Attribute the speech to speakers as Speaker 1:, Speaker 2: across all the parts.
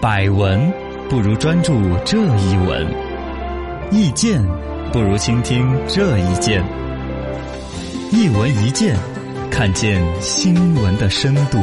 Speaker 1: 百闻不如专注这一闻，意见不如倾听这一见。一闻一见，看见新闻的深度。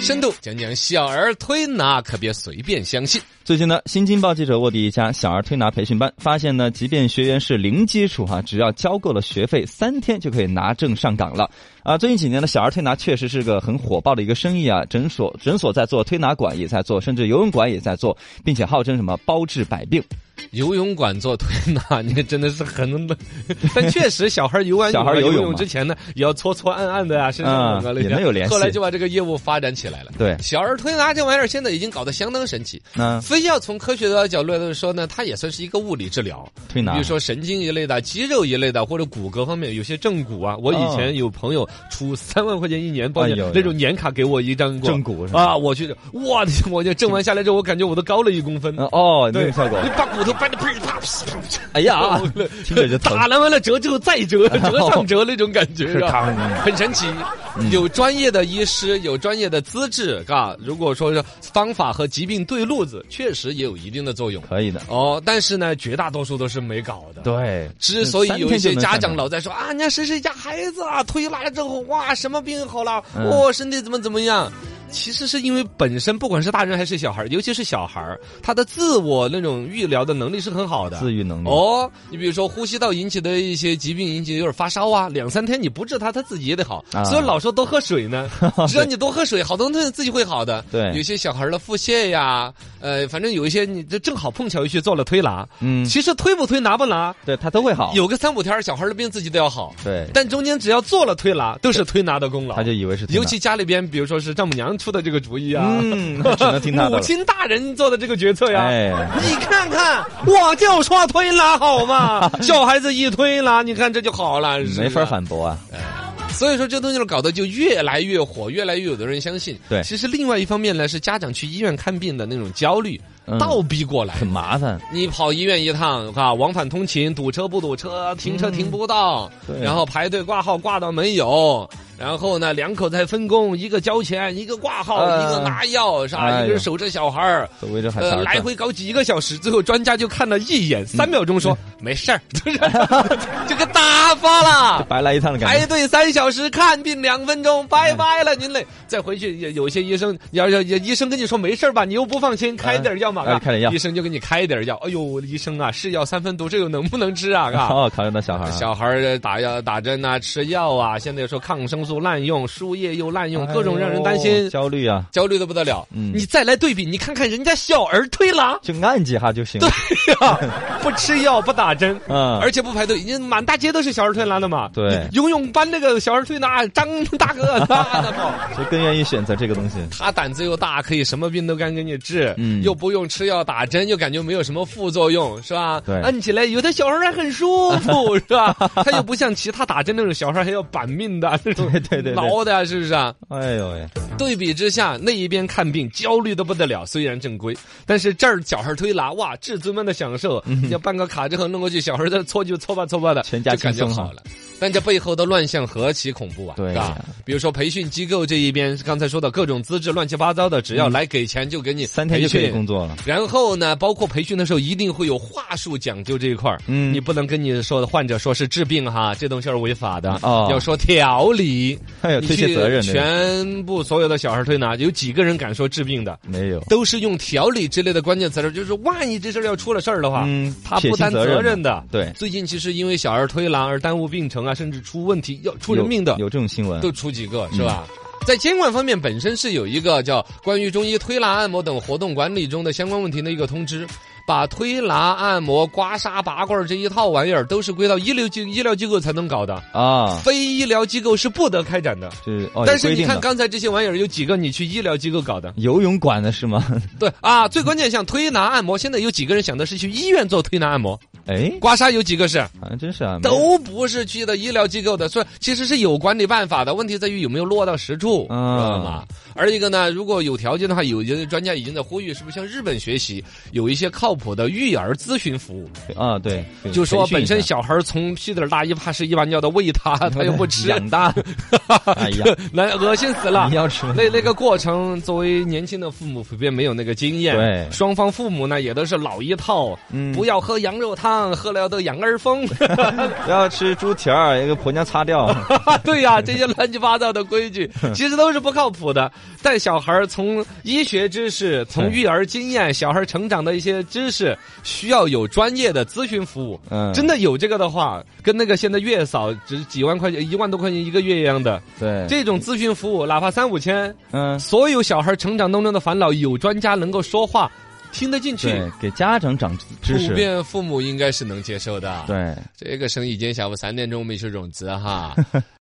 Speaker 2: 深度讲讲小儿推拿，可别随便相信。
Speaker 3: 最近呢，新京报记者卧底一家小儿推拿培训班，发现呢，即便学员是零基础哈、只要交够了学费，三天就可以拿证上岗了。啊，最近几年呢，小儿推拿确实是个很火爆的一个生意啊，诊所诊所在做，推拿馆也在做，甚至游泳馆也在做，并且号称什么包治百病。
Speaker 2: 游泳馆做推拿， 你真的是很， 但确实小孩游完
Speaker 3: 小孩
Speaker 2: 游
Speaker 3: 游泳
Speaker 2: 泳
Speaker 3: 嘛
Speaker 2: 之前呢，也要搓搓按按的啊，身上
Speaker 3: 啊
Speaker 2: 冷啊类
Speaker 3: 也
Speaker 2: 的
Speaker 3: 能有联系
Speaker 2: 后来就把这个业务发展起来了。
Speaker 3: 对
Speaker 2: 小儿推拿这玩意儿现在已经搞得相当神奇。
Speaker 3: 那
Speaker 2: 非要从科学的角度来说呢，它也算是一个物理治疗。
Speaker 3: 推拿
Speaker 2: 比如说神经一类的、肌肉一类的，或者骨骼方面，有些正骨啊。我以前有朋友出三万块钱一年保险
Speaker 3: 哎呦，
Speaker 2: 那种年卡给我一张过
Speaker 3: 正骨是吧？
Speaker 2: 啊，我去，哇，我就正完下来之后，我感觉我都高了一公分。
Speaker 3: 嗯哦，那
Speaker 2: 对
Speaker 3: 个效果
Speaker 2: 你。把骨头掰的噼里啪啦，
Speaker 3: 哎呀，听着就疼。
Speaker 2: 打了完了折之后再折，折上折那种感觉，
Speaker 3: 是
Speaker 2: 吧
Speaker 3: 康是吧
Speaker 2: 很神奇。有专业的医师，有专业的资质，嘎，如果说是方法和疾病对路子，确实也有一定的作用。
Speaker 3: 可以的，
Speaker 2: 哦，但是呢，绝大多数都是没搞的。
Speaker 3: 对。
Speaker 2: 之所以有一些家长
Speaker 3: 老
Speaker 2: 老在说啊，人家谁谁家孩子啊，推拿了之后，哇，什么病好了，
Speaker 3: 嗯
Speaker 2: 哦，身体怎么怎么样。其实是因为本身不管是大人还是小孩儿，尤其是小孩儿，他的自我那种预疗的能力是很好的。
Speaker 3: 自愈能力
Speaker 2: 哦，你比如说呼吸道引起的一些疾病，引起有点发烧啊，两三天你不治它，它自己也得好。
Speaker 3: 啊
Speaker 2: 所以老说多喝水 呢，只要你多喝水，好多东西自己会好的。
Speaker 3: 对
Speaker 2: 有些小孩儿的腹泻呀，呃，反正有一些你这正好碰巧又去做了推拿，
Speaker 3: 嗯，
Speaker 2: 其实推不推拿不拿，
Speaker 3: 对他都会好。
Speaker 2: 有个三五天儿，小孩儿的病自己都要好。
Speaker 3: 对，
Speaker 2: 但中间只要做了推拿，都是推拿的功劳
Speaker 3: 他。就以为是推拿
Speaker 2: 尤其家里边，比如说是丈母娘出的这个主意啊，
Speaker 3: 嗯，只能听他的
Speaker 2: 母
Speaker 3: 了。
Speaker 2: 亲大人做的这个决策呀。
Speaker 3: 哎，
Speaker 2: 你看看，我就说推拿好 嘛，小孩子一推拿，你看这就好了，是不是
Speaker 3: 没法。反 驳啊。
Speaker 2: 所以说这东西搞得就越来越火，越来越有的人相信。
Speaker 3: 对
Speaker 2: 其实另外一方面呢，是家长去医院看病的那种焦虑
Speaker 3: 嗯
Speaker 2: 倒逼过来。
Speaker 3: 很麻烦，
Speaker 2: 你跑医院一趟，哈，往返通勤，堵车不堵车，停车停不到，
Speaker 3: 嗯对
Speaker 2: 然后排队挂号挂到没有，然后呢，两口子还分工，一个交钱，一个挂号，
Speaker 3: 哎
Speaker 2: 一个拿药，啥，
Speaker 3: 哎呦
Speaker 2: 一个人守着小孩儿。
Speaker 3: 所谓这还
Speaker 2: 呃，来回搞几个小时，最后专家就看了一
Speaker 3: 嗯
Speaker 2: 眼，三秒钟 说、没事儿， 就是这个打发了。
Speaker 3: 白来一趟的感
Speaker 2: 排
Speaker 3: 觉。
Speaker 2: 队三小时，看病两分钟，拜拜了您嘞！再回去，有有些医生，要要要医生跟你说没事儿吧，你又不放心，开点儿药嘛，
Speaker 3: 哎
Speaker 2: 嘎
Speaker 3: 开点药
Speaker 2: 医生就给你开点儿药。哎呦，医生啊，是药三分毒，这又能不能吃啊？ 嘎。
Speaker 3: 哦，考虑到小孩儿啊，
Speaker 2: 小孩儿打药、打针呐、吃药啊，现在又说抗生素滥用，输液又滥用，各种让人担
Speaker 3: 哎
Speaker 2: 心
Speaker 3: 呦、焦虑啊，
Speaker 2: 焦虑的不得了。
Speaker 3: 嗯
Speaker 2: 你再来对比，你看看人家小儿推 拿，
Speaker 3: 就按几下就行了。
Speaker 2: 对呀，不吃药不打针。
Speaker 3: 嗯，
Speaker 2: 而且不排队，你满大街都是小儿推拿的嘛。
Speaker 3: 对
Speaker 2: 游泳班那个小儿推拿，张大哥，那那不，
Speaker 3: 就更愿意选择这个东西。
Speaker 2: 他胆子又大，可以什么病都敢给你治，
Speaker 3: 嗯
Speaker 2: 又不用吃药打针，又感觉没有什么副作用，是吧？
Speaker 3: 对
Speaker 2: 按起来有的小孩还很舒服， 是吧？他又不像其他打针那种小孩还要板命 的那种，
Speaker 3: 对对对对
Speaker 2: 挠的啊，是不是啊？
Speaker 3: 哎呦喂，
Speaker 2: 对比之下，那一边看病焦虑的不得了，虽然正规，但是这儿小孩推拿，哇，至尊般的享受，要办个卡之后弄过去，小孩在那搓就搓吧搓吧的，
Speaker 3: 嗯全家
Speaker 2: 就感觉
Speaker 3: 轻松
Speaker 2: 好了。但这背后的乱象何其恐怖啊！
Speaker 3: 对
Speaker 2: 是吧
Speaker 3: 呀？
Speaker 2: 比如说培训机构这一边，刚才说的各种资质乱七八糟的，只要来给钱就给你
Speaker 3: 嗯三天就可
Speaker 2: 培
Speaker 3: 以
Speaker 2: 训
Speaker 3: 工作了。
Speaker 2: 然后呢，包括培训的时候，一定会有话术讲究这一块儿。
Speaker 3: 嗯
Speaker 2: 你不能跟你说的患者说是治病哈，这东西是违法的。
Speaker 3: 哦
Speaker 2: 要说条理，
Speaker 3: 还有
Speaker 2: 你
Speaker 3: 哎推卸
Speaker 2: 去
Speaker 3: 责任的，
Speaker 2: 全部所有的小孩推拿，有几个人敢说治病的？
Speaker 3: 没有。
Speaker 2: 都是用条理之类的关键词儿，就是万一这事儿要出了事儿的话，
Speaker 3: 嗯
Speaker 2: 啊他不担
Speaker 3: 撇清责任
Speaker 2: 责任的。
Speaker 3: 对，
Speaker 2: 最近其实因为小儿推拿而耽误病程啊，甚至出问题要出人命的
Speaker 3: 有，有嗯这种新闻。
Speaker 2: 都出几个是吧？在监管方面，本身是有一个叫《关于中医推拿按摩等活动管理中的相关问题》的一个通知，把推拿、按摩、刮痧、拔罐儿这一套玩意儿都是归到医疗机医疗机构才能搞的，
Speaker 3: 啊，
Speaker 2: 非医疗机构是不得开展的。
Speaker 3: 是哦，
Speaker 2: 但
Speaker 3: 有
Speaker 2: 是
Speaker 3: 规
Speaker 2: 你
Speaker 3: 定
Speaker 2: 看
Speaker 3: 的。
Speaker 2: 刚才这些玩意儿，有几个你去医疗机构搞的？
Speaker 3: 游泳馆的是吗？
Speaker 2: 对啊，最关键像推拿按摩，现在有几个人想的是去医院做推拿按摩？
Speaker 3: 哎，
Speaker 2: 刮痧有几个是？
Speaker 3: 好像真是啊，没
Speaker 2: 都不是去的医疗机构的，所以其实是有管理办法的，问题在于有没有落到实处，知
Speaker 3: 嗯
Speaker 2: 道吗？而一个呢，如果有条件的话，有些专家已经在呼吁，是不是向日本学习，有一些靠谱的育儿咨询服务？
Speaker 3: 啊，对，对
Speaker 2: 就说
Speaker 3: 培训一
Speaker 2: 本身
Speaker 3: 下
Speaker 2: 小孩儿从屁点儿大一怕屎一把尿的喂 他，他又不吃，
Speaker 3: 养大，哎 呀，
Speaker 2: 来恶心死了
Speaker 3: 你。要吃吗
Speaker 2: 那那个过程，作为年轻的父母普遍没有那个经验，
Speaker 3: 对
Speaker 2: 双方父母呢也都是老一套，
Speaker 3: 嗯
Speaker 2: 不要喝羊肉汤，喝了都养儿 疯。
Speaker 3: 不要吃猪蹄儿，要给婆娘 擦掉。
Speaker 2: 对呀、这些乱七八糟的规 矩其实都是不靠谱的。带小孩儿从医学知识、从育儿经验、小孩儿成长的一些知识，需要有专业的咨询服务。
Speaker 3: 嗯，
Speaker 2: 真的有这个的话，跟那个现在月嫂只几万块钱、一万多块钱一个月一样的，
Speaker 3: 对，
Speaker 2: 这种咨询服务哪怕三五千，
Speaker 3: 嗯，
Speaker 2: 所有小孩成长当中的烦恼，有专家能够说话，听得进去，
Speaker 3: 对，给家长长知
Speaker 2: 普
Speaker 3: 识。
Speaker 2: 遍父母应该是能接受的。
Speaker 3: 对，
Speaker 2: 这个生意今天下午三点钟我们一起融资哈。